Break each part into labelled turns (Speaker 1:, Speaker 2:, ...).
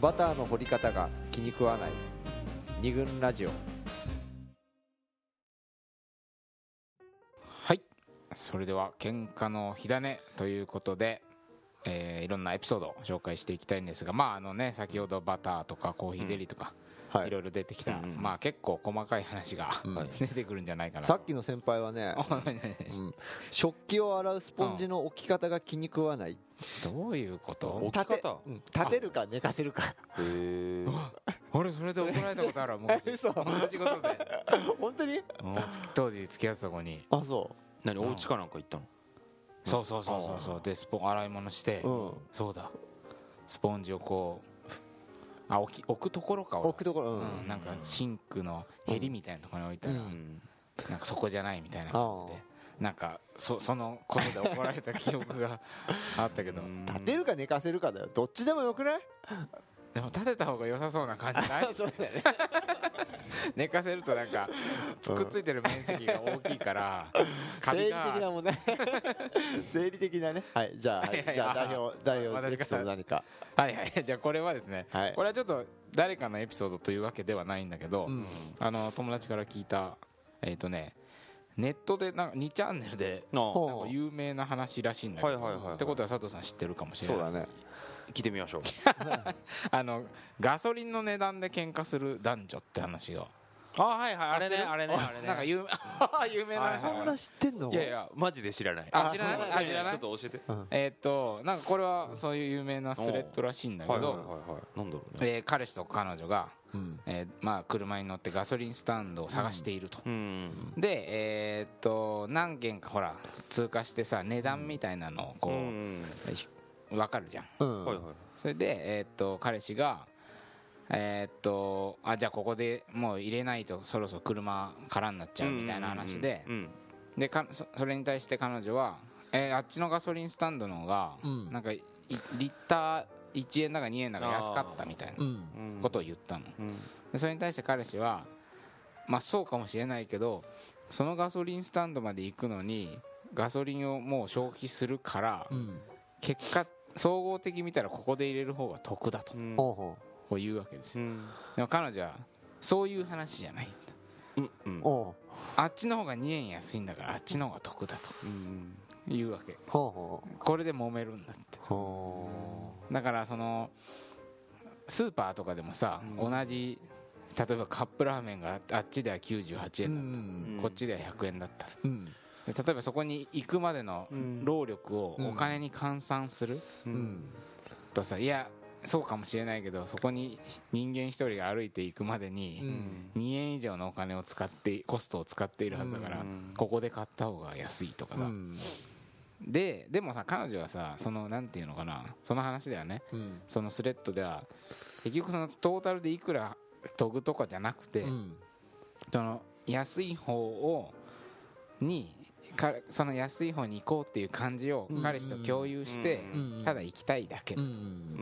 Speaker 1: バターの掘り方が気に食わない二軍ラジオ
Speaker 2: はいそれでは喧嘩の火種ということで、えーいろんなエピソードを紹介していきたいんですがまああのね先ほどバターとかコーヒーゼリーとか、
Speaker 3: はい
Speaker 2: いろいろ出てきた、
Speaker 3: うんうん
Speaker 2: まあ結構細かい話が、
Speaker 3: はい
Speaker 2: 出てくるんじゃないかな
Speaker 1: さっきの先輩はね、
Speaker 2: あ何何何
Speaker 1: うん食器を洗うスポンジの置き方が気に食わない、
Speaker 2: どういうこと
Speaker 3: 置き方
Speaker 1: うん立てるか寝かせるか
Speaker 3: へえ
Speaker 2: 俺それで怒られたことあるわもう
Speaker 1: 嘘
Speaker 2: 同じことで
Speaker 1: 本当に
Speaker 2: もう当時付き合ってた子に
Speaker 1: あそ
Speaker 3: 何お家かなんか行ったの
Speaker 2: そうそうそうそうそうでスポン洗い物して、
Speaker 1: うん
Speaker 2: そうだスポンジをこうあ置き置くところか
Speaker 1: う
Speaker 2: 俺
Speaker 1: 置くところうん、
Speaker 2: うん、なんかシンクのへりみたいなところに置いたら、
Speaker 1: う
Speaker 2: なんかそこじゃないみたいな感じでなんかそそのことで怒られた記憶が あったけど、
Speaker 1: 立てるか寝かせるかだよどっちでもよくない
Speaker 2: でも立てた方が良さそうな感じない
Speaker 1: そうだよね
Speaker 2: 寝かせるとなんかつくっついてる面積が大きい からカ
Speaker 1: 生
Speaker 2: ビ
Speaker 1: 理的な
Speaker 2: が
Speaker 1: もんね生理的なねはいじゃあ、はい
Speaker 2: いやいや
Speaker 1: じゃあ代表代
Speaker 2: 私
Speaker 1: 表
Speaker 2: が
Speaker 1: エピソード何か
Speaker 2: はいはいじ ゃあこれはですね、
Speaker 1: はい
Speaker 2: これはちょっと誰かのエピソードというわけではないんだけど、
Speaker 1: うん
Speaker 2: あの友達から聞いたえっ、とねネットでなんか2チャンネルで
Speaker 3: なあ
Speaker 1: ほ
Speaker 2: なんか有名な話らしいんだけど、
Speaker 3: はいはいはいはい
Speaker 2: ってことは佐藤さん知ってるかもしれな
Speaker 1: そ
Speaker 2: いう
Speaker 1: だね
Speaker 3: 聞いてみましょう
Speaker 2: あのガソリンの値段で喧嘩する男女って話が
Speaker 3: あはいはいあれね
Speaker 2: 知ってる
Speaker 3: あれねあれね
Speaker 2: なんか有名 有名な話
Speaker 3: は
Speaker 2: だ
Speaker 3: い
Speaker 2: か
Speaker 1: そ
Speaker 3: は
Speaker 1: ん
Speaker 2: ら
Speaker 1: な知ってんの
Speaker 3: いやいやマジで知らない
Speaker 2: あ知らない
Speaker 3: そう
Speaker 2: あ知らない
Speaker 3: ちょっと教えて
Speaker 1: うん
Speaker 2: えーっとなんかこれはそういう有名なスレッドらしいんだけ
Speaker 3: はいはい
Speaker 2: ど
Speaker 3: はいはいなんだろうね
Speaker 2: えー彼氏と彼女が
Speaker 1: うん
Speaker 2: えーまあ車に乗ってガソリンスタンドを探していると
Speaker 3: うん
Speaker 2: でえーっと何軒かほら通過してさ値段みたいなのをこ
Speaker 3: うん
Speaker 2: うひ分かるじゃん
Speaker 1: うん
Speaker 3: はいはい
Speaker 2: それで、えーっと彼氏が、えーっとあじゃあここでもう入れないとそろそろ車空になっちゃうみたいな話で、
Speaker 3: うん
Speaker 2: でかそそれに対して彼女は、えーあっちのガソリンスタンドの方が、
Speaker 1: うん
Speaker 2: なんかいリッター1円だか2円だか安かったみたいな
Speaker 1: うん
Speaker 3: うん
Speaker 2: ことを言ったの、
Speaker 3: うん
Speaker 2: でそれに対して彼氏はまあそうかもしれないけどそのガソリンスタンドまで行くのにガソリンをもう消費するから、
Speaker 1: うん
Speaker 2: 結果総合的に見たらここで入れる方が得だと
Speaker 3: うん
Speaker 1: ほうほ
Speaker 2: こう言うわけです
Speaker 3: う
Speaker 2: よ
Speaker 3: ん
Speaker 2: でも彼女はそういう話じゃない
Speaker 3: うんうん
Speaker 1: うほ
Speaker 2: あっちの方が2円安いんだからあっちの方が得だと
Speaker 3: うん
Speaker 2: いうわけ
Speaker 1: うほう
Speaker 2: これで揉めるんだって
Speaker 1: ほ
Speaker 2: だからそのスーパーとかでもさ、
Speaker 3: うん
Speaker 2: 同じ例えばカップラーメンがああっちでは
Speaker 1: う
Speaker 2: 98
Speaker 1: う
Speaker 2: 円
Speaker 1: ん
Speaker 2: だった、こっちでは100円だった
Speaker 1: うん
Speaker 2: で例えばそこに行くまでの
Speaker 3: うん
Speaker 2: 労力を
Speaker 1: うん
Speaker 2: お金に換算する
Speaker 1: う
Speaker 3: う
Speaker 1: んん
Speaker 2: とさいやそうかもしれないけどそこに人間一人が歩いていくまでに、
Speaker 1: うん
Speaker 2: 2円以上のお金を使ってコストを使っているはずだから、
Speaker 3: うん
Speaker 2: ここで買った方が安いとか
Speaker 1: う
Speaker 2: さ、
Speaker 1: ん
Speaker 2: ででもさ彼女はさそのなんていうのかなその話ではね
Speaker 1: うん
Speaker 2: そのスレッドでは結局そのトータルでいくら研ぐとかじゃなくて、
Speaker 1: うん
Speaker 2: その安い方をにかその安い方に行こうっていう感じを
Speaker 1: うん
Speaker 2: 彼氏と共有して、
Speaker 1: うん
Speaker 2: ただ行きたいだけ、
Speaker 1: うん
Speaker 3: う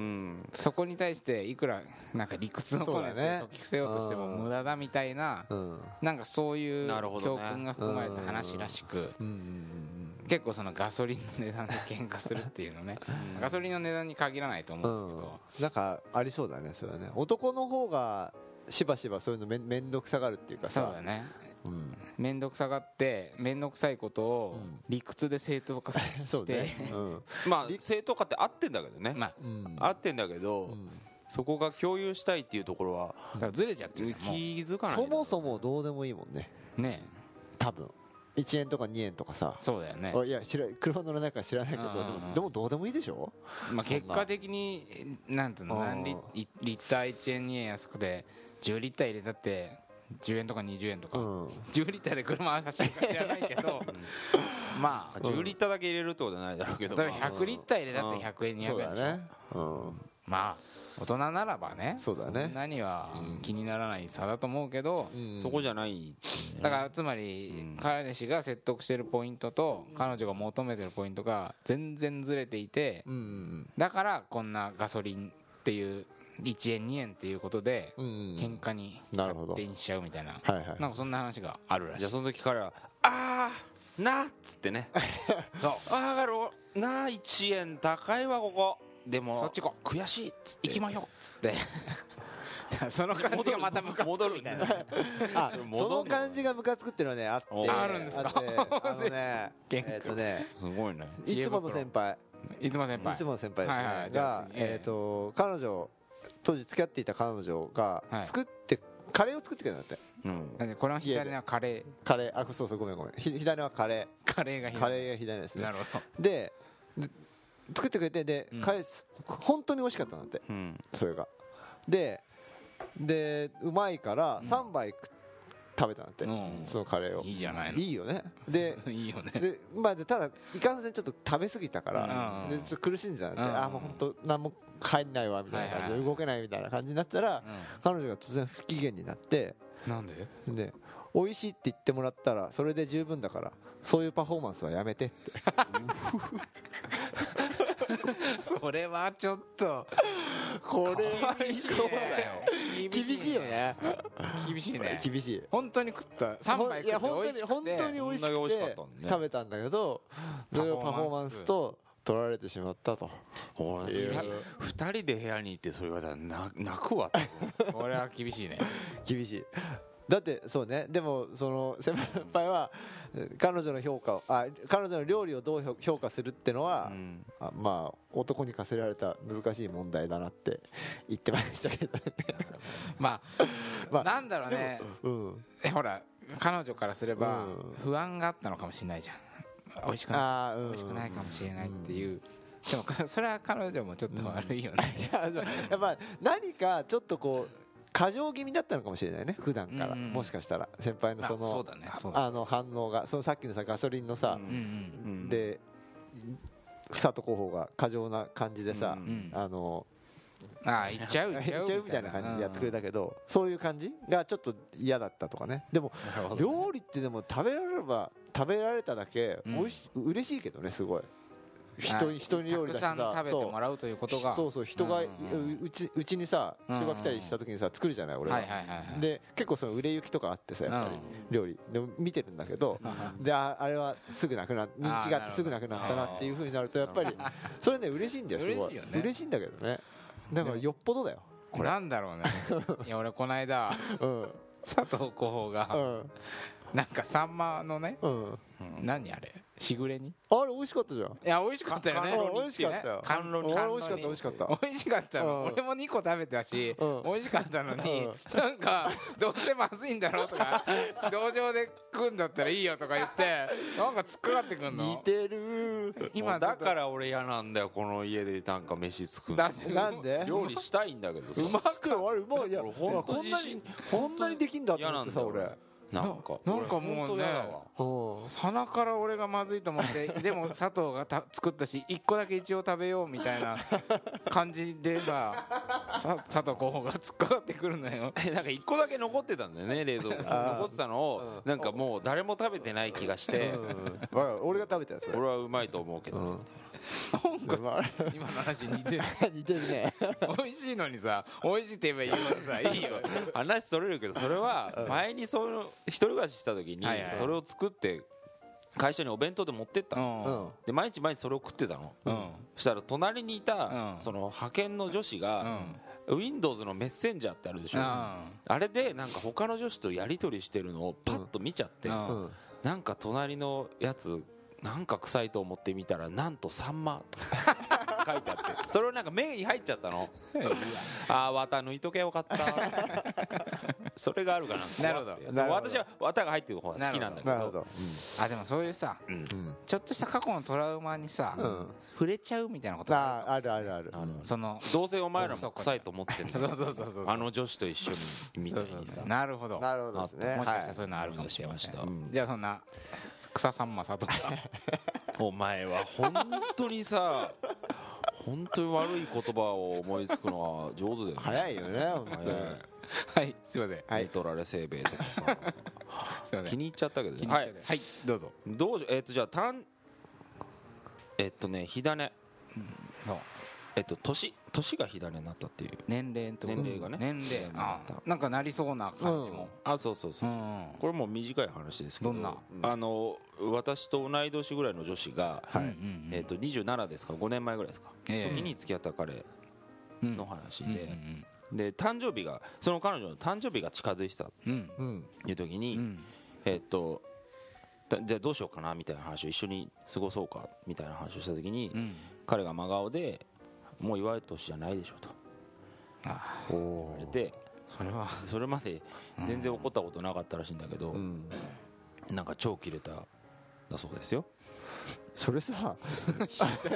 Speaker 3: ん
Speaker 2: そこに対していくらなんか理屈のこね
Speaker 1: そう
Speaker 2: て
Speaker 1: だね
Speaker 2: 解き伏せようとしても無駄だみたいな
Speaker 1: うん
Speaker 2: なんかそういう
Speaker 3: なるほど
Speaker 2: 教
Speaker 3: ね
Speaker 2: 訓が含まれた話らしく
Speaker 1: うんうん
Speaker 2: 結構そのガソリンの値段で喧嘩するっていうのねガソリンの値段に限らないと思うんだけど
Speaker 1: なんかありそうだねそれはね男の方がしばしばそういうのめんめんどくさがるっていうかさ
Speaker 2: そうだね
Speaker 1: うん
Speaker 2: 面倒くさがって面倒くさいことを
Speaker 1: うん
Speaker 2: 理屈で正当化
Speaker 1: そ
Speaker 2: し
Speaker 1: う
Speaker 2: て
Speaker 1: ねうん
Speaker 3: まあ正当化って合ってんだけどね
Speaker 2: まあ
Speaker 1: うん
Speaker 3: 合ってんだけ
Speaker 1: う
Speaker 3: ど
Speaker 1: ん
Speaker 3: そこが共有したいっていうところは
Speaker 2: だからずれちゃって
Speaker 3: 気
Speaker 2: るじゃんも
Speaker 3: づかない
Speaker 1: そもそもどうでもいいもんね
Speaker 2: うね
Speaker 1: 多分1円とか2円とかさ
Speaker 2: そうだよね
Speaker 1: あいや知ら車乗らないから知らないけど
Speaker 2: うんうん
Speaker 1: で
Speaker 2: うん
Speaker 1: もでもどうでもいいでしょ
Speaker 2: まあ
Speaker 1: そんな
Speaker 2: 結果的になんていうの
Speaker 1: うん
Speaker 2: 何リリリッター1円2円安くて10リッター入れたって10円とか20円とか
Speaker 1: うん
Speaker 2: 10リッターで車走るか知らないけど まあ
Speaker 3: 10リッターだけ入れるってことはないだろうけど
Speaker 2: 例えば
Speaker 3: まあ
Speaker 2: 100リッター入れたって100円200円でし
Speaker 1: そ
Speaker 2: ょ
Speaker 1: うだねうん
Speaker 2: まあ大人ならばね
Speaker 1: そうだね
Speaker 2: んなには気にならない差だと思うけど、
Speaker 1: うん
Speaker 3: そこじゃない
Speaker 2: だからつまり彼氏が説得してるポイントと彼女が求めてるポイントが全然ずれていて
Speaker 1: うんうん
Speaker 2: だからこんなガソリンっていう1円2円っていうことで
Speaker 1: うんうん
Speaker 2: 喧嘩に
Speaker 1: なるほど
Speaker 2: 発展しちゃうみたいな
Speaker 1: はいはい
Speaker 2: なんかそんな話があるらし
Speaker 3: じ
Speaker 2: い
Speaker 3: ゃあその時彼は「あーな」っつってね
Speaker 2: そう
Speaker 3: 「あーがろなあ1円高いわここでも
Speaker 2: そっち行こう
Speaker 3: 悔しいっつって
Speaker 2: 行きまひょっつって その感じがまたムカつく
Speaker 3: 戻る
Speaker 2: み
Speaker 3: み
Speaker 2: た
Speaker 3: た
Speaker 2: い
Speaker 3: い
Speaker 2: な
Speaker 3: な
Speaker 1: あ
Speaker 3: それ戻んの
Speaker 1: その感じがムカつくっていうのはねあって
Speaker 3: おー
Speaker 2: あるんですか
Speaker 1: あってあの ね
Speaker 2: 玄君
Speaker 1: えっとね
Speaker 3: すごいね
Speaker 1: いつもの先輩
Speaker 2: いつも先輩
Speaker 1: いつもの先輩ですね、
Speaker 2: はいはいじゃあ
Speaker 1: が、
Speaker 2: 次ええ
Speaker 1: えー、と彼女当時付き合っていた彼女が
Speaker 2: はい
Speaker 1: 作って、カレーを作ってくれるんだって
Speaker 3: うん
Speaker 2: なんでこれは左のカレ
Speaker 1: カレーあそうそうごめんごめんひ左はカレ
Speaker 2: ーカレーが
Speaker 1: ー
Speaker 2: 左
Speaker 1: カレーが左ですね
Speaker 2: なるほど
Speaker 1: でで作ってくれてで、
Speaker 2: うん
Speaker 1: カレーす本当に美味しかったんだって
Speaker 3: うん
Speaker 1: それがででうまいから3杯食食べたんだって、
Speaker 2: うん
Speaker 1: そのカレーを
Speaker 2: いいじゃないの
Speaker 1: いいよね で
Speaker 2: いいよね
Speaker 1: でまあ、でただ、いかんせんちょっと食べ過ぎたから、
Speaker 2: うん
Speaker 1: でちょっと苦しんじゃって、
Speaker 2: うん
Speaker 1: あーもう本当、何も入んないわみたいな感じ
Speaker 2: はい
Speaker 1: で、
Speaker 2: はい
Speaker 1: 動けないみたいな感じになったら、彼女が突然不機嫌になって、
Speaker 2: なんで
Speaker 1: で美味しいって言ってもらったら、それで十分だから、そういうパフォーマンスはやめてって、
Speaker 2: それはちょっと
Speaker 1: これ
Speaker 2: 厳し
Speaker 1: 厳し
Speaker 2: いね
Speaker 1: いよね、
Speaker 2: 厳しいね
Speaker 1: 厳しい。
Speaker 2: 本当に食った3杯
Speaker 1: いや
Speaker 2: 食
Speaker 1: 本
Speaker 2: っ
Speaker 1: 当に
Speaker 2: て美味しくて
Speaker 1: 本当に美味し
Speaker 3: こんだけ美味し
Speaker 1: く
Speaker 3: かった
Speaker 1: て
Speaker 3: のね
Speaker 1: 食べたんだけどそれをパフォーマンスと取られてしまったと
Speaker 3: おい
Speaker 1: い
Speaker 3: 二
Speaker 1: や
Speaker 3: 人二人で部屋に行ってそれ言われたらな泣くわって
Speaker 2: これは厳しいね
Speaker 1: 厳しいだってそうねでもその先輩は彼女の評価をあ彼女の料理をどう評評価するってのは、
Speaker 3: うん
Speaker 1: あまあ男に課せられた難しい問題だなって言ってましたけどね
Speaker 2: ま
Speaker 1: ま
Speaker 2: あ
Speaker 1: あ
Speaker 2: なんだ ろうね
Speaker 1: うん
Speaker 2: えほら彼女からすれば
Speaker 1: うん
Speaker 2: 不安があったのかもしれないじゃん美味しくない
Speaker 1: あーうん
Speaker 2: 美味し くないかもしれないっていうでも それは彼女もちょっと悪いよ
Speaker 1: い
Speaker 2: ね
Speaker 1: やそうやっぱ何かちょっとこう過剰気味だったのかもしれないね普段から、
Speaker 2: うん
Speaker 1: もしかしたら先輩 の
Speaker 2: あ
Speaker 1: その
Speaker 2: そうだねそうだね
Speaker 1: あの反応がそのさっきのさガソリンのさ、
Speaker 2: うんうん
Speaker 3: うん
Speaker 1: で佐藤候補が過剰な感じでさ、
Speaker 3: うん
Speaker 2: うん
Speaker 1: あの
Speaker 2: ああ行っち ゃう行っちゃ
Speaker 1: 減っ
Speaker 2: う
Speaker 1: ちゃうみたいな感じでやってくれたけど、そういう感じがちょっと嫌だったとかねでも
Speaker 2: うんなるほど
Speaker 1: 料理ってでも食べられれば食べられただけ
Speaker 2: うん
Speaker 1: おいし、嬉しいけどねすごい人
Speaker 2: は
Speaker 1: に
Speaker 2: い
Speaker 1: 人に料理出して
Speaker 2: たくさん
Speaker 1: さ
Speaker 2: 食べてもらうということが
Speaker 1: そうそう人が
Speaker 2: う
Speaker 1: うん
Speaker 2: うん
Speaker 1: うちうちにさ
Speaker 2: うんうん
Speaker 1: 人が来たりした時にさ作るじゃない俺は
Speaker 2: はいはいはいはい
Speaker 1: で結構その売れ行きとかあってさやっぱり料理でも見てるんだけどでああれはすぐなくな人気があってすぐなくなったなっていうふうになるとやっぱりそれね嬉しいんだよすご
Speaker 2: 嬉しい
Speaker 1: い
Speaker 2: よね
Speaker 1: 嬉しいんだけどねだからよっぽどだよこれ
Speaker 2: なん だろうねいや俺この間
Speaker 1: うん
Speaker 2: 佐藤候補
Speaker 1: う
Speaker 2: が
Speaker 1: ん
Speaker 2: なんかサンマのね
Speaker 1: うん
Speaker 2: 何あれしぐれに
Speaker 1: あれ美味しかったじゃん
Speaker 2: いや美味しかったよね
Speaker 1: 甘露煮っていうね
Speaker 2: 甘露煮
Speaker 1: あれ美味しかった美味しかった
Speaker 2: 美味しかった
Speaker 1: う
Speaker 2: の、
Speaker 1: ん
Speaker 2: 俺も2個食べたし、
Speaker 1: うん
Speaker 2: 美味しかったのに、
Speaker 1: う
Speaker 2: なんかどうせまずいんだろう とか同情で食うんだったらいいよとか言ってなんか突っかかってくんの
Speaker 1: 似てる
Speaker 3: 今
Speaker 2: 今
Speaker 3: だからら俺嫌なんだよこの家でなんか飯作る
Speaker 2: だ
Speaker 3: の
Speaker 2: って
Speaker 1: なんで
Speaker 3: 料理したいんだけどさ
Speaker 1: うまくあれうまいいや
Speaker 3: 俺ほんと
Speaker 1: こん
Speaker 3: 自
Speaker 1: なに
Speaker 3: 信
Speaker 1: こんなにできんだと
Speaker 3: 嫌
Speaker 1: 思
Speaker 3: な
Speaker 1: っ
Speaker 3: ん
Speaker 1: てさ
Speaker 3: だよ
Speaker 1: 俺
Speaker 3: 俺なんか
Speaker 2: ななんかもうね
Speaker 3: 俺ほんと嫌だわ
Speaker 1: うん
Speaker 2: 鼻から俺がまずいと思ってでも佐藤がた作ったし1個だけ一応食べようみたいな感じでささ佐藤候補が突っかかってくるの よ
Speaker 3: えなんか一個だけ残ってたんだよね冷蔵庫に
Speaker 1: あー
Speaker 3: 残ってたのをなんかもう誰も食べてない気がして
Speaker 1: うんわかる俺が食べたやつ
Speaker 3: 俺はうまいと思うけどね
Speaker 1: うん
Speaker 2: なんか
Speaker 1: うまい
Speaker 2: 今の話似てる
Speaker 1: 似てるね
Speaker 2: 美味しいのにさ美味しいって言えばいいのにさいいよ
Speaker 3: 話取れるけどそれは前にその一人暮らしした時に
Speaker 2: はいはい
Speaker 3: それを作って会社にお弁当で持ってったの
Speaker 1: うん
Speaker 3: で毎日毎日それを食ってたの
Speaker 2: うん
Speaker 3: そしたら隣にいた
Speaker 2: うん
Speaker 3: その派遣の女子
Speaker 2: う
Speaker 3: が
Speaker 2: ん
Speaker 3: Windows のメッセンジャーってあるでしょ
Speaker 2: あ
Speaker 3: あれでなんか他の女子とやり取りしてるのをパッと見ちゃって
Speaker 2: うん
Speaker 1: うん
Speaker 3: なんか隣のやつなんか臭いと思って見たらなんとサン マとか書いてあってそれをなんか目に入っちゃっ たのああ綿抜いとけよかったそれがあるかな
Speaker 2: なるほど
Speaker 3: 怖くて
Speaker 1: なるほど
Speaker 3: 私は綿が入ってる方が好きなんだけ
Speaker 1: なるほ
Speaker 3: ど
Speaker 1: ど
Speaker 2: あでもそういうさ
Speaker 3: うん
Speaker 1: うん
Speaker 2: ちょっとした過去のトラウマにさ、
Speaker 1: うん
Speaker 2: 触れちゃうみたいなこと
Speaker 1: あああるあるある
Speaker 3: あの
Speaker 2: その
Speaker 3: どうせお前らも臭いと思ってる
Speaker 2: そうそうそうそう
Speaker 3: あの女子と一緒にみたい
Speaker 2: そう
Speaker 3: に
Speaker 2: そう
Speaker 3: さ
Speaker 2: そうなるほど
Speaker 1: なるほどですね
Speaker 2: もしかしたら
Speaker 1: は
Speaker 2: そういうのあるかもしれま
Speaker 3: 思い出
Speaker 2: せ
Speaker 3: し
Speaker 2: ん、
Speaker 3: ました
Speaker 2: じゃあそんな草さんま佐藤さん
Speaker 3: お前は本当にさ本当に悪い言葉を思いつくのは上手だよね
Speaker 1: い早いよね本当に
Speaker 3: 早い
Speaker 2: はいすいません
Speaker 1: はい
Speaker 3: 寝取られせいべいとかさ
Speaker 2: すいませ
Speaker 3: 気
Speaker 2: ん
Speaker 3: に入っちゃったけどね
Speaker 2: 気に
Speaker 3: は
Speaker 2: 入っ
Speaker 3: い
Speaker 2: ちゃうはい、どうぞ
Speaker 3: どうしえっ、とじゃあ単えっとね火種
Speaker 2: そう
Speaker 3: えっと年年が火種になったっていう
Speaker 2: 年齢ってこと
Speaker 3: 年齢がね
Speaker 2: 年齢
Speaker 3: ん
Speaker 2: ああなんかなりそうな感じも
Speaker 3: あそうそう
Speaker 2: う
Speaker 3: そう、
Speaker 2: ん
Speaker 3: これもう短い話ですけど
Speaker 2: どんな
Speaker 3: あの私と同い年ぐらいの女子が、
Speaker 2: うんうん
Speaker 3: えっと27ですか5年前ぐらいですか、
Speaker 2: ええ
Speaker 3: 時に付き合った彼
Speaker 2: うん
Speaker 3: の話
Speaker 2: うん
Speaker 3: で、で誕生日がその彼女の誕生日が近づいてたっ
Speaker 2: うんうん
Speaker 1: うん
Speaker 3: ていう時に、
Speaker 2: うん
Speaker 3: えっとだじゃあどうしようかなみたいな話を一緒に過ごそうかみたいな話をした時に、
Speaker 2: うん
Speaker 3: 彼が真顔で「もう祝い年じゃないでしょ」と
Speaker 2: あ
Speaker 1: お
Speaker 3: 言わ
Speaker 1: お
Speaker 3: れて
Speaker 2: それは
Speaker 3: それまで全然怒ったことなかったらしいんだけど、
Speaker 1: うん
Speaker 3: なんか超キレたんだそうですよ
Speaker 1: それ さあれ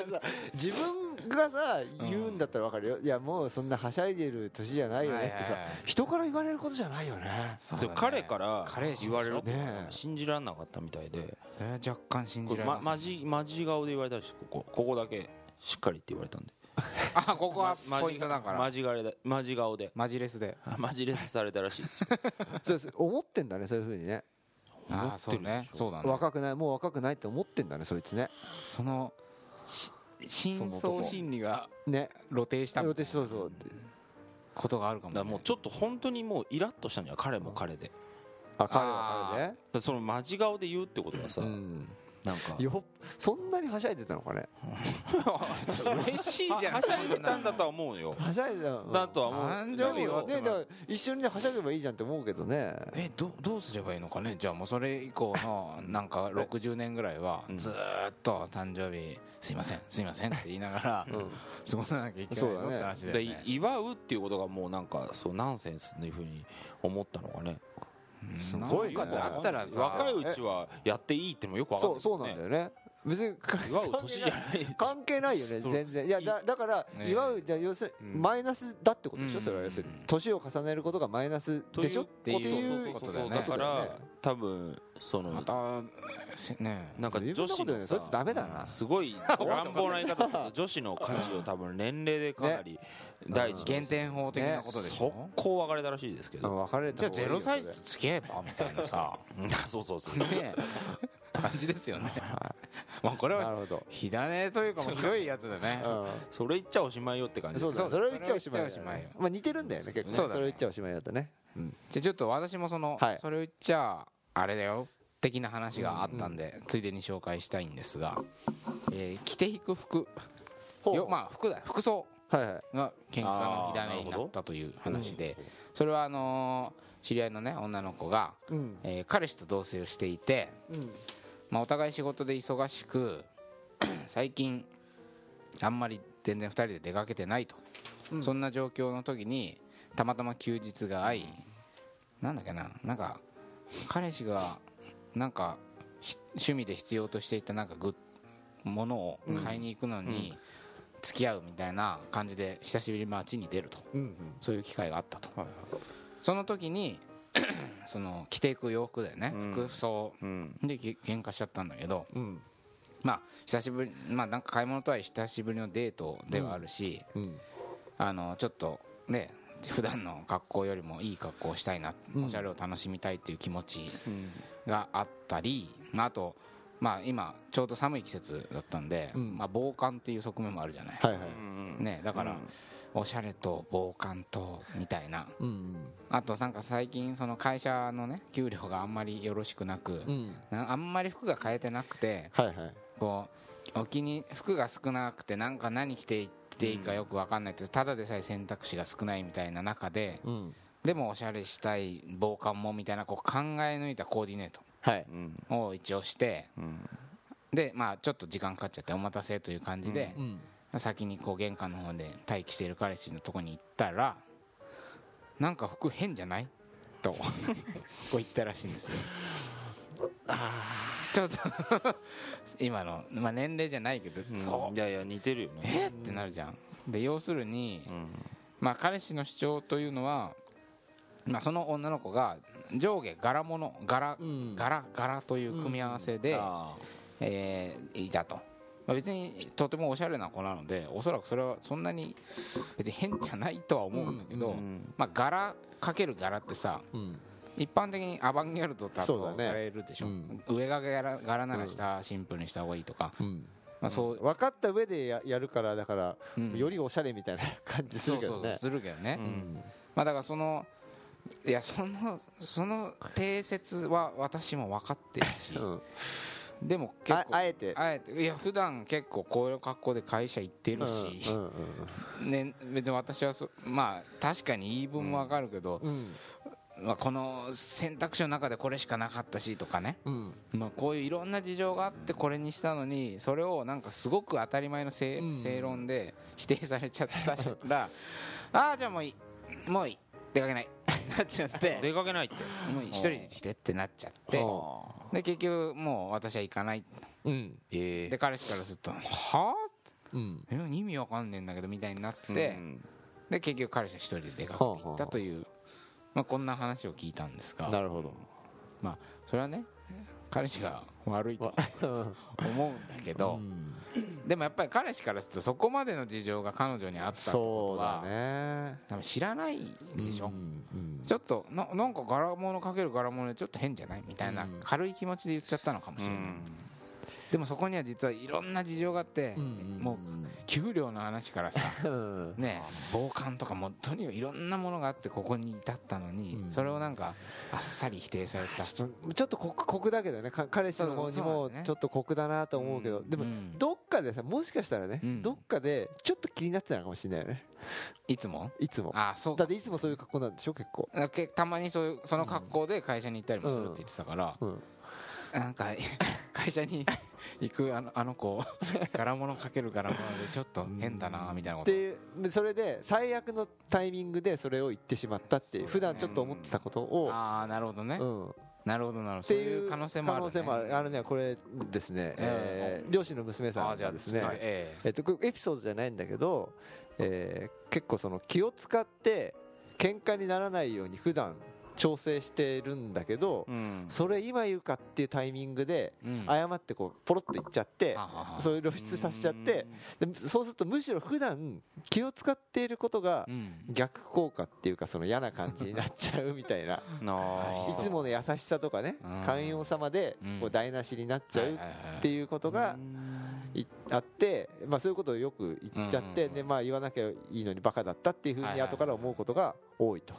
Speaker 1: さ自分がさ言うんだったらわかるよいやもうそんなはしゃいでる年じゃないよねって
Speaker 2: はい
Speaker 1: さ
Speaker 2: はいはい
Speaker 1: 人から言われることじゃないよね
Speaker 2: そう
Speaker 3: で
Speaker 2: だ
Speaker 3: も
Speaker 2: ね
Speaker 3: 彼から
Speaker 2: 彼氏でし
Speaker 3: 言
Speaker 2: ょ
Speaker 3: われるってこと
Speaker 1: ねえ
Speaker 3: 信じられなかったみたいで
Speaker 2: それは若干信
Speaker 3: こ
Speaker 2: じ
Speaker 3: れ
Speaker 2: られ
Speaker 3: ま
Speaker 2: ませ
Speaker 3: マ
Speaker 2: ん
Speaker 3: ジマジ顔で言われたしここここだけしっかりって言われたんで
Speaker 2: あここは
Speaker 3: マジ
Speaker 2: ポイントだから
Speaker 3: マジ顔でマジ顔で
Speaker 2: マジレスで
Speaker 3: あマジレスされたらしいですよ
Speaker 1: そうそう思ってんだねそういうふうにね
Speaker 2: ああそうねそうだね
Speaker 1: 若くないもう若くないって思ってんだねそいつね
Speaker 2: そのし深
Speaker 1: その
Speaker 2: 層
Speaker 1: 男
Speaker 2: 心理が
Speaker 1: ね
Speaker 2: 露呈したみたい
Speaker 1: 私
Speaker 2: な
Speaker 1: そうそう
Speaker 2: ことがあるか
Speaker 3: だ
Speaker 2: も
Speaker 3: から
Speaker 2: ね
Speaker 3: もうちょっと本当にもうイラッとしたんじゃ彼も彼でだか
Speaker 1: あ彼は彼ね
Speaker 3: らそのマジ顔で言うってことがさ、
Speaker 1: うん
Speaker 3: なんか
Speaker 1: よそんなにはしゃいでたのかね
Speaker 2: 嬉しい
Speaker 3: は
Speaker 2: じゃん
Speaker 3: はしゃいでたんだとは思うよ
Speaker 1: はしゃいでたの
Speaker 3: だとは思う
Speaker 2: 誕
Speaker 1: で
Speaker 2: 生日
Speaker 1: も
Speaker 2: を
Speaker 1: ねだから一緒にねはしゃげばいいじゃんって思うけどね
Speaker 2: えどどうすればいいのかねじゃあもうそれ以降のなんか60年ぐらいは
Speaker 3: うん
Speaker 2: ずーっと誕生日すいませんすいませんって言いながら
Speaker 1: うん
Speaker 2: 過ごさなきゃいけないのって話だよ
Speaker 3: で
Speaker 2: ね
Speaker 3: 祝うっていうことがもうなんかそうナンセンスっていうふうに思ったのかね
Speaker 1: すごいね
Speaker 2: なんかあったらさ
Speaker 3: 若いうちはやっていいってのもよくわかん
Speaker 1: そ
Speaker 3: ないう
Speaker 1: そうなんだよね別にか
Speaker 3: 祝う年じゃない
Speaker 1: 関係ないよね
Speaker 3: そう
Speaker 1: 全然いやだだから
Speaker 2: ね
Speaker 1: 祝うじゃあ要する
Speaker 3: うん
Speaker 1: にマイナスだってことでし
Speaker 2: う
Speaker 1: ょ
Speaker 2: ん
Speaker 1: それは要するに年を重ねることがマイナスでしょっ
Speaker 3: と
Speaker 1: て
Speaker 3: いう
Speaker 1: いう
Speaker 3: そうそ
Speaker 2: こと
Speaker 3: うそうそう
Speaker 2: だよね
Speaker 3: だか
Speaker 1: ことだよ
Speaker 3: ら
Speaker 1: ね
Speaker 3: 多分その
Speaker 2: またせね
Speaker 3: なんか
Speaker 1: 随
Speaker 3: 女
Speaker 1: 分なこ
Speaker 3: 子
Speaker 1: とよ
Speaker 3: の
Speaker 1: ね
Speaker 3: さ
Speaker 1: そいつダメだな
Speaker 3: すごい 乱暴な言い方すると女子の家事を多分年齢でかなり大事
Speaker 2: 減点法的なことでし
Speaker 3: 速
Speaker 2: ょ
Speaker 3: 攻別れたらしいですけ
Speaker 1: うん
Speaker 3: ど
Speaker 1: 別れ
Speaker 2: じゃ
Speaker 1: た方
Speaker 2: あ
Speaker 1: がいいよ
Speaker 2: 0歳と付き合えばみたいな さ
Speaker 3: そうそうそう
Speaker 2: ね感じですよね まあこれ
Speaker 1: な
Speaker 2: は
Speaker 1: るほど
Speaker 2: 火種というかもうひどいやつだね
Speaker 1: う
Speaker 3: それ言っちゃおしまいよって感
Speaker 1: ん
Speaker 3: じ
Speaker 1: そう
Speaker 3: です
Speaker 1: だねそ
Speaker 3: よね
Speaker 1: れを言っちゃおしまいだ
Speaker 2: それを言っちゃ
Speaker 1: よね
Speaker 2: おしまいよ
Speaker 1: まあ似てるんだよね結
Speaker 2: そ
Speaker 1: 構ね
Speaker 2: うだ
Speaker 1: そ
Speaker 2: ね
Speaker 1: れを言っちゃおしまいだったね
Speaker 2: じゃあちょっと私もその、
Speaker 1: はい
Speaker 2: それを言っちゃあれだよ的な話があったんで、ついでに紹介したいんですが、えー着て引く服よまあ服だ服装
Speaker 1: はいはい
Speaker 2: が喧嘩の火
Speaker 3: あーなる
Speaker 2: 種
Speaker 3: ほ
Speaker 2: に
Speaker 3: ど
Speaker 2: なったという話でそれはあのー知り合いのね女の子が、
Speaker 1: うん
Speaker 2: えー彼氏と同棲をしていて、
Speaker 1: うん
Speaker 2: まあ、お互い仕事で忙しく 最近あんまり全然2人で出かけてないと、そんな状況の時にたまたま休日が合いなんだっけななんか彼氏がなんかひ趣味で必要としていたなんかグッものを買いに行くのに付き合うみたいな感じで久しぶりに街に出ると
Speaker 1: うん
Speaker 2: そういう機会があったと、
Speaker 3: はいはい
Speaker 2: その時に その着ていく洋服だよね、
Speaker 3: うん
Speaker 2: 服装
Speaker 3: うん
Speaker 2: でけ喧嘩しちゃったんだけど、
Speaker 1: うん
Speaker 2: まあ久しぶりまあなんか買い物とは久しぶりのデートではあるし、
Speaker 1: うん
Speaker 2: あのちょっとね普段の格好よりもいい格好をしたいな、
Speaker 1: うん
Speaker 2: おしゃれを楽しみたいっていう気持ち
Speaker 3: うん
Speaker 2: があったり、まあ、あと、まあ、今ちょうど寒い季節だったんで、
Speaker 1: うん
Speaker 2: まあ、防寒っていう側面もあるじゃない、
Speaker 1: はいはい
Speaker 2: ね、だから、
Speaker 3: うん
Speaker 2: おしゃれと防寒とみたいな
Speaker 1: うん
Speaker 2: あとなんか最近その会社のね給料があんまりよろしくなく、
Speaker 1: うん
Speaker 2: なあんまり服が買えてなくて、
Speaker 1: はいはい
Speaker 2: こうお気に服が少なくてなんか何着ていっていいかよく分かんないってただでさえ選択肢が少ないみたいな中で
Speaker 1: うん
Speaker 2: でもおしゃれしたい防寒もみたいなこう考え抜いたコーディネー
Speaker 1: はい
Speaker 3: うん
Speaker 2: トを一応して
Speaker 3: うん
Speaker 2: でまあちょっと時間かかっちゃってお待たせという感じで
Speaker 1: うん
Speaker 2: 先にこう玄関の方で待機している彼氏のとこに行ったらなんか服変じゃないと こう言ったらしいんですよちょっと今の、まあ、年齢じゃないけど、そう
Speaker 3: いやいや似てるよね
Speaker 2: えっってなるじゃんで要するに、
Speaker 3: ん
Speaker 2: まあ、彼氏の主張というのは、まあ、その女の子が上下柄物柄、
Speaker 1: うん
Speaker 2: 柄柄という組み合わせで、
Speaker 3: あ
Speaker 2: えーいたと、まあ、別にとてもおしゃれな子なのでおそらくそれはそんなに別に変じゃないとは思うんだけど、
Speaker 3: ーうん
Speaker 2: まあ、柄かける柄ってさ
Speaker 1: うん
Speaker 2: 一般的にアバンギャルドだ
Speaker 1: そうだ
Speaker 2: と
Speaker 1: ね
Speaker 2: されるでしょ、
Speaker 1: うん
Speaker 2: 上が柄柄なら下シンプルにした方がいいとか、
Speaker 1: うん
Speaker 2: まあそう
Speaker 1: 分かった上でややるからだから、
Speaker 2: うん
Speaker 1: よりおしゃれみたいな感じす
Speaker 2: そ
Speaker 1: る
Speaker 2: う
Speaker 1: け
Speaker 2: そ
Speaker 1: ど
Speaker 2: うそう
Speaker 1: ね
Speaker 2: するけどね、
Speaker 1: うん
Speaker 2: まあだからそのいやそのその定説は私も分かってるし、
Speaker 1: うん
Speaker 2: でも結構
Speaker 1: ああえて
Speaker 2: あえていや普段結構こういう格好で会社行ってるし、
Speaker 1: うんうん
Speaker 2: ね、別に私はそまあ確かに言い分も分かるけど、
Speaker 1: うん
Speaker 2: まあ、この選択肢の中でこれしかなかったしとかね、
Speaker 1: うん
Speaker 2: まあ、こういういろんな事情があってこれにしたのにそれをなんかすごく当たり前の正,、
Speaker 1: うん
Speaker 2: 正論で 否定されちゃった らああじゃあもういいもういい出かけないなっちゃって
Speaker 3: 出かけないって
Speaker 2: もういい一人で来てってなっちゃってで結局もう私は行かない
Speaker 1: うん
Speaker 3: え
Speaker 2: で彼氏からすると「は
Speaker 1: うん
Speaker 2: あえ意味わかんねえんだけど」みたいになって、
Speaker 3: え
Speaker 2: で結局彼氏は一人で出かけて行ったという、まあ、こんな話を聞いたんですが
Speaker 1: なるほど
Speaker 2: まあそれはね彼氏が悪いと思うんだけど、
Speaker 1: うん
Speaker 2: でもやっぱり彼氏からするとそこまでの事情が彼女にあったってこ
Speaker 1: そう
Speaker 2: とは
Speaker 1: だね
Speaker 2: 多分知らないでしょ、
Speaker 1: うんうん
Speaker 2: ちょっとななんか柄物かける柄物でちょっと変じゃないみたいな
Speaker 1: うん
Speaker 2: 軽い気持ちで言っちゃったのかもし
Speaker 3: う
Speaker 2: れない、
Speaker 3: ん
Speaker 2: でもそこには実はいろんな事情があって、
Speaker 1: うん
Speaker 2: もう給料の話からさ
Speaker 1: うん
Speaker 2: ね傍観とかもとにかくいろんなものがあってここに至ったのに、
Speaker 1: うん
Speaker 2: それをなんかあっさり否定された
Speaker 1: ちょっとちょっと酷酷だけどねか彼氏の方に
Speaker 2: そうそうそう
Speaker 1: も
Speaker 2: だね
Speaker 1: ちょっと酷だなと思うけど、
Speaker 3: うん
Speaker 1: でも、
Speaker 2: うん
Speaker 1: どっかでさもしかしたらね、
Speaker 2: うん
Speaker 1: どっかでちょっと気になってたのかもしれないよね
Speaker 2: いつも
Speaker 1: いつも
Speaker 2: あそう
Speaker 1: だ
Speaker 2: か
Speaker 1: っていつもそういう格好なんでしょ結構、
Speaker 2: だけたまにそういうその格好で会社に行ったりもするって言ってたから、
Speaker 1: うん、
Speaker 2: なんか 会社に 行くあのあの子柄物かける柄物でちょっと変だなみたいなこと
Speaker 1: ででそれで最悪のタイミングでそれを言ってしまったっていう
Speaker 2: そう
Speaker 1: 普
Speaker 2: だね
Speaker 1: 段ちょっと思ってたことを、
Speaker 2: ああなるほどね、
Speaker 1: うん、っ
Speaker 2: なるほどなるほど
Speaker 1: て
Speaker 2: そう
Speaker 1: い
Speaker 2: いう
Speaker 1: う
Speaker 2: 可能性もある、ね、
Speaker 1: 可能性もあるあのねこれですね、えー両親の娘さ
Speaker 2: あ
Speaker 1: ん
Speaker 2: ーじゃ
Speaker 1: が
Speaker 2: あ
Speaker 1: ですね
Speaker 2: ええ
Speaker 1: えっと、これエピソードじゃないんだけど、えー結構その気を使って喧嘩にならないように普段調整してるんだけど、
Speaker 3: うん
Speaker 1: それ今言うかっていうタイミングで
Speaker 2: うん
Speaker 1: 誤ってこうポロッと言っちゃって
Speaker 2: あ、ああ
Speaker 1: それ露出させちゃってでそうするとむしろ普段気を使っていることが
Speaker 2: うん
Speaker 1: 逆効果っていうかその嫌な感じになっちゃうみ たいな
Speaker 3: なあ
Speaker 1: いつもの優しさとかね
Speaker 2: うん
Speaker 1: 寛容さまでこ
Speaker 2: う
Speaker 1: うん台無しになっちゃう
Speaker 2: はいはいはい
Speaker 1: っていうことがいあって、まあ、そういうことをよく言っちゃっ
Speaker 2: うん
Speaker 1: て、
Speaker 2: うんうん
Speaker 1: でまあ、言わなきゃいいのにバカだったっていうふう
Speaker 2: はい
Speaker 1: に
Speaker 2: はい
Speaker 1: 後から思うことが多いと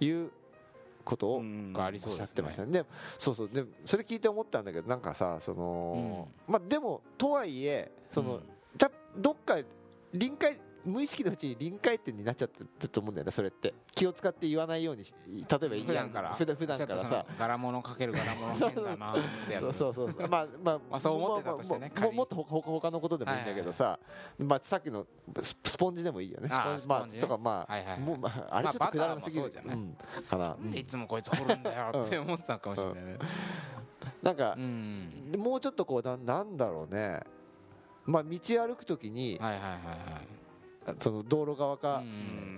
Speaker 1: いうことを
Speaker 3: うん
Speaker 2: があり
Speaker 1: お
Speaker 2: そう
Speaker 1: っ
Speaker 2: です
Speaker 1: し
Speaker 2: ね
Speaker 1: ゃってましたねでそうそうでそれ聞いて思ったんだけどなんかさその、まあ、でもとはいえその、たどっか臨界無意識のうちに臨界点になっちゃってると思うんだよねそれって気を使って言わないようにし例えば
Speaker 2: 普段から
Speaker 1: 普段普段
Speaker 2: ちょ
Speaker 1: か
Speaker 2: っと
Speaker 1: ら
Speaker 2: その
Speaker 1: さ
Speaker 2: 柄物かける柄物変だなってやつ
Speaker 1: そうそうそうそうまあまあ、
Speaker 2: まあそう思ってたとしてね
Speaker 1: まあ
Speaker 2: 仮
Speaker 1: もう
Speaker 2: に
Speaker 1: もっとほかほかほかのことでもいいんだけどさ、まあさっきのススポンジでもいいよね
Speaker 2: ああ
Speaker 1: スポン
Speaker 2: スポンジ
Speaker 1: ジ
Speaker 2: ね
Speaker 1: まあとかまあ、
Speaker 2: はいはいはい
Speaker 1: もうまああれちょっとくだらなすぎる、
Speaker 2: まあバターもそうじゃない
Speaker 1: うんかな、
Speaker 2: なんでいつもこいつ掘るんだよって思ってたのかもしれないね
Speaker 1: なんか
Speaker 2: う、ん
Speaker 1: もうちょっとこうななんだろうねまあ道歩くときに、
Speaker 2: はいはいはい
Speaker 1: その道路側
Speaker 2: は
Speaker 1: か
Speaker 2: い、う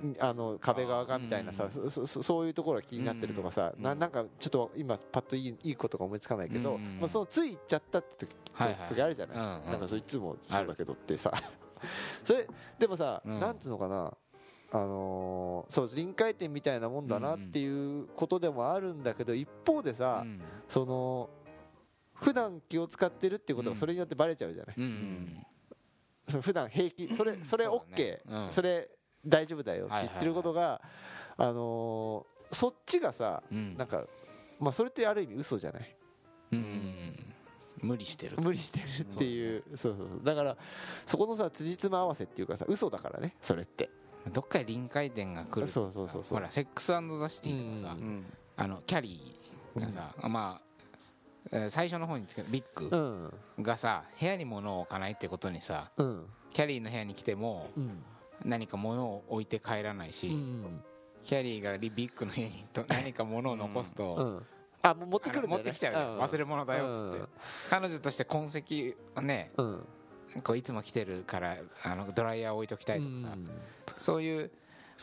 Speaker 2: ん
Speaker 1: あの壁側かみたいな
Speaker 2: あ
Speaker 1: さ
Speaker 2: ー
Speaker 1: そそそういうところが気になってるとかさ、
Speaker 2: うん
Speaker 1: ななんかちょっと今パッといいいいことが思いつかないけど、
Speaker 2: うん
Speaker 1: まあ、そのつい行っちゃったって時,、
Speaker 2: はいはい
Speaker 1: 時あるじゃない、
Speaker 2: うんうん
Speaker 1: なんかそれいつもそうだけどってさ それでもさ、
Speaker 2: うん
Speaker 1: なんつうのかなあのーそう臨界点みたいなもんだなっていうことでもあるんだけど一方でさ、
Speaker 2: うん
Speaker 1: その普段気を使ってるっていうこと
Speaker 2: う
Speaker 1: が
Speaker 2: ん
Speaker 1: それによってバレちゃうじゃない、
Speaker 2: うん
Speaker 1: その普段平気それそれ
Speaker 2: そう
Speaker 1: OK そ,、
Speaker 2: だねうん
Speaker 1: それ大丈夫だよって言ってることが、あのーそっちがさ
Speaker 2: うん
Speaker 1: なんか、まあ、それってある意味嘘じゃない
Speaker 2: うん無理して る
Speaker 1: 無理してるっていうそうそうそうだからそこのさ辻褄合わせっていうかさ嘘だからねそれって
Speaker 2: どっかで臨界点が来る
Speaker 1: そうそうそうそう
Speaker 2: ほらセックスザ・シティとかさ
Speaker 1: う
Speaker 3: うん
Speaker 2: あのキャリーがさまあえー最初の方につけビッ
Speaker 1: う
Speaker 2: グ
Speaker 1: ん
Speaker 2: がさ部屋に物を置かないってことにさ
Speaker 1: うん
Speaker 2: キャリーの部屋に来ても
Speaker 1: うん
Speaker 2: 何か物を置いて帰らないし、
Speaker 1: うん
Speaker 2: キャリーがリビッグの家に と何か物を残すと、
Speaker 1: うんあもう持ってくるんだ
Speaker 2: 持
Speaker 1: よ、ね、
Speaker 2: ってきちゃうよ、忘れ物だよっつって、
Speaker 1: うん
Speaker 2: 彼女として痕跡をね
Speaker 1: うんうん
Speaker 2: こういつも来てるからあのドライヤー置いときたいとかさ、
Speaker 1: うん
Speaker 2: そういう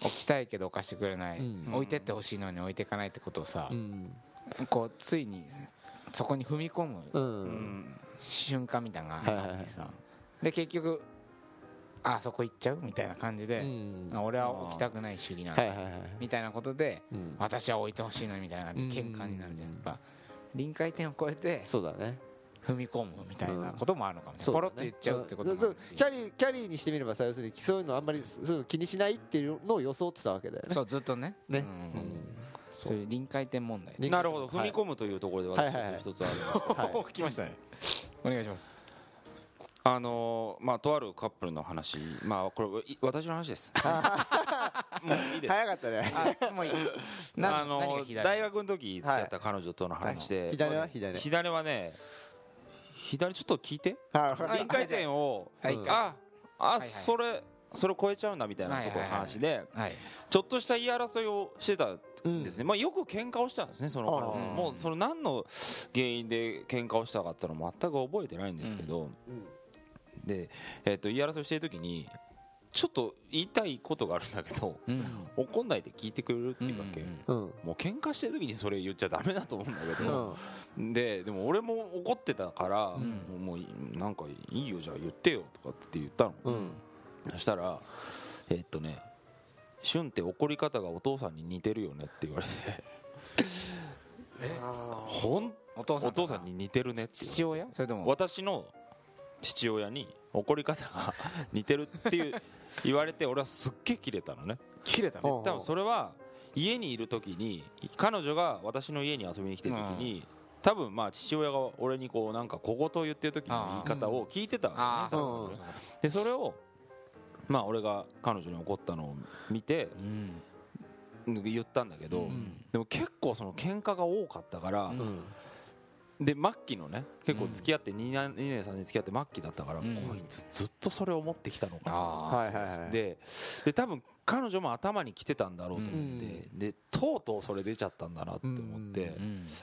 Speaker 2: 置きたいけど置かしてくれない、
Speaker 1: うん
Speaker 2: 置いてってほしいのに置いていかないってことをさ
Speaker 1: う、ん
Speaker 2: こうついにそこに踏み込む
Speaker 1: うん
Speaker 3: う
Speaker 1: うん
Speaker 3: ん
Speaker 2: 瞬間みたいなのがあってさ、で結局あそこ行っちゃうみたいな感じで、あ俺は置きたくない主義なんだ、
Speaker 1: はいはいはい
Speaker 2: みたいなことで
Speaker 1: うん
Speaker 2: 私は置いてほしいのにみたいな感じで
Speaker 1: うん
Speaker 2: 喧嘩になるじゃんやっぱ臨界点を超えて
Speaker 1: そうだね
Speaker 2: 踏み込むみたいなこともあるのかもし
Speaker 1: そ
Speaker 2: れ
Speaker 1: う
Speaker 2: な
Speaker 1: だ
Speaker 2: い、
Speaker 1: ね
Speaker 2: ポロッと言っちゃうってこと
Speaker 1: う
Speaker 2: も
Speaker 1: んそ
Speaker 2: ある
Speaker 1: う
Speaker 2: し
Speaker 1: キャリーキャリーにしてみればさ要するにそういうのあんまりそういうの気にしないっていうのを装ってたわけだよね
Speaker 2: そうずっとね
Speaker 1: ね
Speaker 2: うん
Speaker 3: そ
Speaker 2: そういう臨界点問題
Speaker 1: 臨
Speaker 3: なるほど
Speaker 1: は
Speaker 3: 踏
Speaker 1: い
Speaker 3: み込むというところで
Speaker 1: はい
Speaker 3: 私ちょ
Speaker 1: はいは
Speaker 3: っ
Speaker 1: い
Speaker 3: と一つあるんですけど
Speaker 1: はい
Speaker 2: 来ましたねお願いします
Speaker 3: あのーまあとあるカップルの話まあこれい私の話 ですもういいで す
Speaker 1: 早かったね
Speaker 2: あもういいな
Speaker 3: あの
Speaker 2: 何が左
Speaker 3: 大学の時付き合った彼女との話で、
Speaker 1: 左は左
Speaker 3: 左はね左ちょっと聞いて
Speaker 1: あわかった
Speaker 3: 臨界点を、
Speaker 2: はい
Speaker 3: ああ、
Speaker 2: いはい
Speaker 3: それそれ超えちゃうんだみたいなところの話で、
Speaker 2: はい
Speaker 3: ちょっとした言い争いをしてた
Speaker 1: うん
Speaker 3: んですね、まあ、よく喧嘩をしたんですねその彼女
Speaker 1: あ
Speaker 2: あ
Speaker 3: もうその何の原因で喧嘩をしたかっていうのも全く覚えてないんですけど、で、えっと言い争いしてる時にちょっと言いたいことがあるんだけど
Speaker 2: うん
Speaker 3: 怒んないで聞いてくれるっていうわけ、
Speaker 2: うんうんうん
Speaker 1: うん
Speaker 3: もう喧嘩してる時にそれ言っちゃダメだと思うんだけ
Speaker 1: う
Speaker 3: ど、
Speaker 1: ん
Speaker 3: ででも俺も怒ってたから、
Speaker 2: ん
Speaker 3: もうもうなんかいいよじゃあ言ってよとかって言ったの、
Speaker 1: うん
Speaker 3: そしたらえっとね「シュンって怒り方がお父さんに似てるよね」って言われて 「ほん
Speaker 2: お父さん
Speaker 3: お父さんに似てるね」って言われて
Speaker 2: 父親それとも
Speaker 3: 私の父親に怒り方が似てるっていう 言われて俺はすっげえキレ たのね
Speaker 2: 切れた
Speaker 1: ね
Speaker 3: 多分それは家にいる時に彼女が私の家に遊びに来てる時に多分まあ父親が俺にこうなんか小言を言ってる時の言い方を聞いてたわ
Speaker 2: ああ
Speaker 3: けね
Speaker 2: そうかそうか
Speaker 3: でそれをまあ俺が彼女に怒ったのを見て
Speaker 2: うん
Speaker 3: 言ったんだけど、
Speaker 2: ん
Speaker 3: でも結構その喧嘩が多かったから、
Speaker 1: うん
Speaker 3: で末期のね結構付き合って2年 ,2 年3年付き合って末期だったから、
Speaker 2: うん
Speaker 3: こいつずっとそれを持ってきたのかな
Speaker 2: あ
Speaker 1: はいはいはい
Speaker 3: でで多分彼女も頭に来てたんだろうと思って、でとうとうそれ出ちゃったんだなって思って、
Speaker 1: う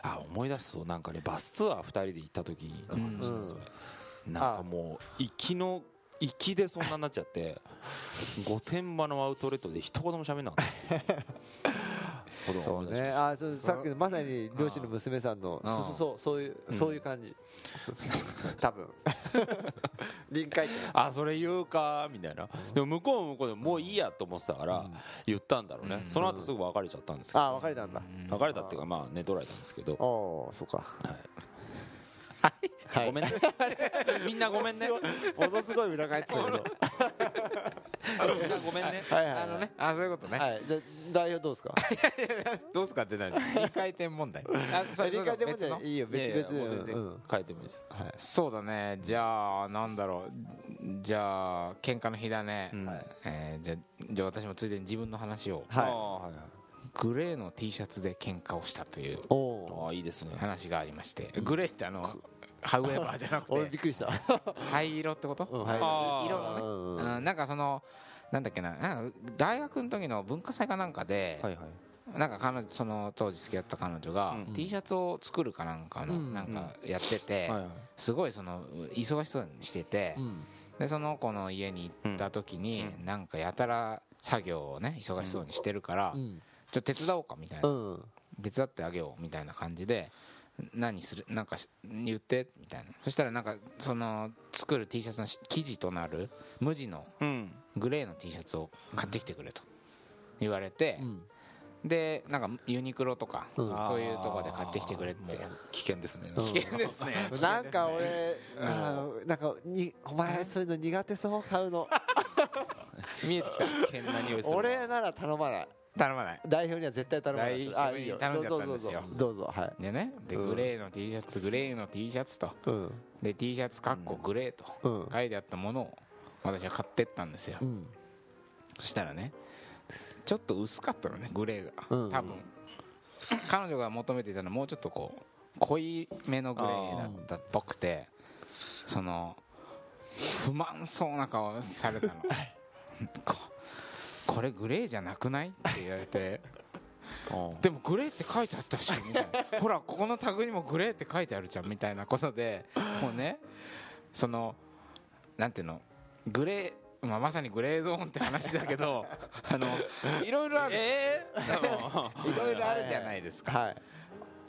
Speaker 2: あうん
Speaker 3: あ思い出すとなんかねバスツアー2人で行った時の話だ、
Speaker 1: うん
Speaker 3: それなんかもう粋の粋でそんなになっちゃって御殿場のアウトレットで一言も喋んなかったっていうことを
Speaker 1: そ
Speaker 3: 思
Speaker 1: う
Speaker 3: い出しま
Speaker 1: ね
Speaker 3: し
Speaker 1: あそうさっきのまさに漁師の娘さんの
Speaker 2: うん
Speaker 1: そうそうそういう
Speaker 3: うん
Speaker 1: そういう感じそう多分臨界点
Speaker 3: たあそれ言うかみたいなでも向こうも向こうでもういいやと思ってたから言ったんだろうね、
Speaker 2: うん
Speaker 3: その後すぐ別れちゃったんですけど
Speaker 1: あ別れたんだ
Speaker 3: 別れたっていうかまあ寝取られたんですけど
Speaker 1: おおーそうかはい
Speaker 3: ごめんねみんなごめんね
Speaker 1: ものすごい裏返ってたけど
Speaker 3: みんなごめんね
Speaker 1: はいはい
Speaker 2: あのねあそういうこと ね
Speaker 1: はいじゃあ代表どうですか
Speaker 2: どうすかって何臨界点問題あそ
Speaker 1: 臨界点もじゃ
Speaker 2: の
Speaker 1: いいよ
Speaker 3: いやいや
Speaker 1: 別々
Speaker 3: もう
Speaker 1: で
Speaker 3: 全然
Speaker 1: うん
Speaker 3: 変えてもいいですよ
Speaker 1: はい
Speaker 2: そうだねじゃあなんだろうじゃあ喧嘩の日だね、
Speaker 3: うん
Speaker 1: はい
Speaker 2: えーじゃあじゃあ私もついでに自分の話を
Speaker 3: あー
Speaker 1: は
Speaker 3: はいはい
Speaker 2: グレーの T シャツで喧嘩をしたという
Speaker 1: いおお
Speaker 3: ああいいですね
Speaker 2: 話がありましてグレーってあのハウエバーじゃ なく
Speaker 1: 俺び
Speaker 2: て
Speaker 1: っくりした
Speaker 2: 灰色ってこと、
Speaker 1: うん灰
Speaker 3: 色
Speaker 2: 色のね
Speaker 1: うん
Speaker 2: うんなんかそのなんだっけななんか大学の時の文化祭かなんかで、
Speaker 3: はいはい
Speaker 2: なんか彼女その当時付き合ってた彼女が、
Speaker 3: うん
Speaker 2: T シャツを作るかなんかの、
Speaker 1: うん
Speaker 2: なんかやってて、
Speaker 3: はいはい
Speaker 2: すごいその忙しそうにしてて、
Speaker 1: うん
Speaker 2: でその子の家に行った時に、
Speaker 3: う
Speaker 2: なんかやたら作業をね忙しそうにしてるから、
Speaker 1: う
Speaker 2: ちょ
Speaker 1: ん
Speaker 2: っと手伝おうかみたいな、
Speaker 1: うん
Speaker 2: 手伝ってあげようみたいな感じで何するなんかし言ってみたいなそしたらなんかその作る T シャツのし生地となる無地の
Speaker 3: うん
Speaker 2: グレーの T シャツを買ってきてくれと言われて、
Speaker 1: うん
Speaker 2: でなんかユニクロとか、
Speaker 1: うん
Speaker 2: そういうとこで買ってきてくれって
Speaker 3: もう危険ですね
Speaker 1: うん
Speaker 2: 危険ですね
Speaker 1: なんか俺あーなんかにお前そういうの苦手そう買うの
Speaker 2: 見えてきた
Speaker 3: 危険な匂いするな
Speaker 1: 俺なら頼まない
Speaker 2: 頼まない
Speaker 1: 代表には絶対頼まない
Speaker 2: 代表に頼んじゃった
Speaker 1: ど
Speaker 2: んで
Speaker 1: う
Speaker 2: す
Speaker 1: ぞ
Speaker 2: よ
Speaker 1: どうぞどうぞはい
Speaker 2: でねで
Speaker 1: うん
Speaker 2: グレーの T シャツグレーの T シャツと
Speaker 1: うん
Speaker 2: で T シャツかっこグレーと
Speaker 1: うん
Speaker 2: 書いてあったものを私は買ってったんですよ
Speaker 1: うん
Speaker 2: そしたらねちょっと薄かったのねグレーが
Speaker 1: うん
Speaker 2: 多分彼女が求めていたのはもうちょっとこう濃いめのグレーだったっぽくてその不満そうな顔され たのここれグレーじゃなくないって言われて
Speaker 3: うん
Speaker 2: でもグレーって書いてあったしみたいなほらここのタグにもグレーって書いてあるじゃんみたいなことでもうねそのなんていうのグレー、まあ、まさにグレーゾーンって話だけど あのいろいろある、
Speaker 3: ええ
Speaker 2: いろいろあるじゃないですか、
Speaker 1: はい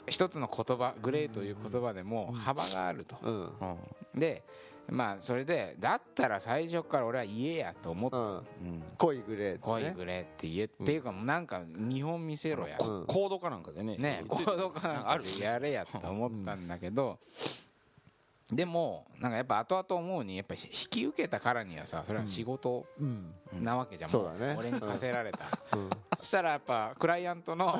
Speaker 2: 一つの言葉グレーという言葉でも幅があると、
Speaker 1: うん
Speaker 2: でまあそれでだったら最初から俺は言えやと思って、
Speaker 1: うん
Speaker 3: うん
Speaker 1: 濃いグレー
Speaker 2: 濃い
Speaker 1: ね
Speaker 2: グレーって言えっていうかもうなんか見本見せろや、
Speaker 1: うん
Speaker 3: コー ドかなんかでね
Speaker 2: ね
Speaker 3: 言っ
Speaker 2: コ
Speaker 3: て
Speaker 2: ードかなんかでやれやと思ったんだけどでもなんかやっぱ後々思うにやっぱり引き受けたからにはさそれは仕事
Speaker 1: うん
Speaker 2: なわけじゃん、
Speaker 1: そうだね
Speaker 2: 俺に課せられた、
Speaker 1: うん
Speaker 2: そしたらやっぱクライアントの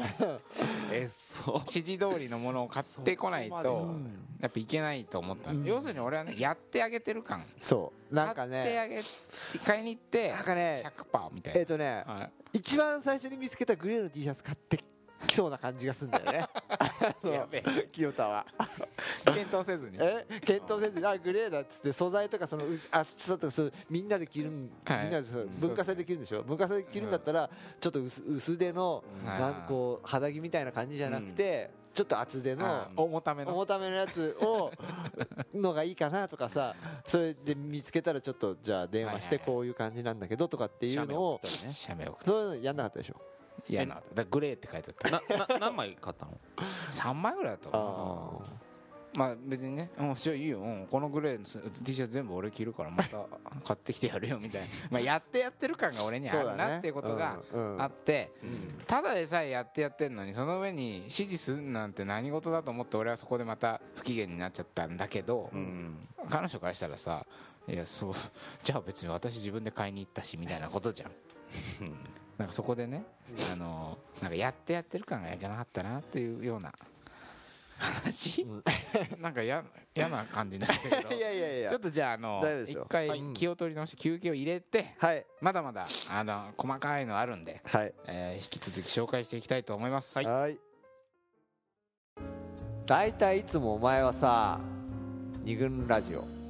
Speaker 3: えそう
Speaker 2: 指示通りのものを買ってこない
Speaker 3: そことまで
Speaker 2: やっぱいけないと思ったの、
Speaker 1: うん
Speaker 2: 要するに俺はねやってあげてる感
Speaker 1: そうなんか
Speaker 2: 買って
Speaker 1: ね
Speaker 2: あげ買いに行って
Speaker 1: なんかね
Speaker 2: 100%みたい
Speaker 1: え
Speaker 2: な
Speaker 1: っ、とね
Speaker 2: はい
Speaker 1: 一番最初に見つけたグレーの T シャツ買ってきそうな感じがするんだよ ねそう
Speaker 2: やべえ
Speaker 1: 清田は
Speaker 2: 検討せずに
Speaker 1: え検討せずにあグレーだっつって素材とかその薄厚さとかそうみんなで着るん、
Speaker 2: はい
Speaker 1: みんなでそう
Speaker 2: そう
Speaker 1: 文化祭で着るんでしょ文化祭で着るんだったら、ちょっと薄薄手の、
Speaker 2: ん
Speaker 1: なんかこう肌着みたいな感じじゃなくて、ちょっと厚手の
Speaker 2: あー重ための
Speaker 1: 重ためのやつをのがいいかなとかさそれで見つけたらちょっとじゃあ電話して
Speaker 2: はいはいはい
Speaker 1: こういう感じなんだけどとかっていうのを
Speaker 2: 写メ送っ
Speaker 1: そういうのやんなかったでしょ
Speaker 2: て嫌なだからグレーって書いてあっ
Speaker 3: なな何枚買ったの
Speaker 2: た3枚ぐらいだと思う
Speaker 1: あ
Speaker 2: まあ別にね「うんそういいよ、うん、このグレーのス T シャツ全部俺着るからまた買ってきてやるよ」みたいな、まあ、やってやってる感が俺に
Speaker 1: ー
Speaker 2: あ
Speaker 1: そう
Speaker 2: る
Speaker 1: だね
Speaker 2: なっていうことが
Speaker 1: うんうん
Speaker 2: あって、ただでさえやってやってんのにその上に指示するなんて何事だと思って俺はそこでまた不機嫌になっちゃったんだけど、
Speaker 3: うん
Speaker 2: 彼女からしたらさ「いやそうじゃあ別に私自分で買いに行ったし」みたいなことじゃん。なんかそこでね、あのなんかやってやってる感がいけなかったなっていうような話、 なんかや嫌な感じになってるけど
Speaker 1: いやいやいや
Speaker 2: ちょっとじゃああ
Speaker 1: 大
Speaker 2: の
Speaker 1: 丈夫です
Speaker 2: 一
Speaker 1: よ
Speaker 2: 回
Speaker 1: はい
Speaker 2: 気を取り直して休憩を入れて
Speaker 1: はい
Speaker 2: まだまだあの細かいのあるんで、
Speaker 1: はい
Speaker 2: えー引き続き紹介していきたいと思います、
Speaker 1: はい、大体いつもお前はさ二軍ラジオ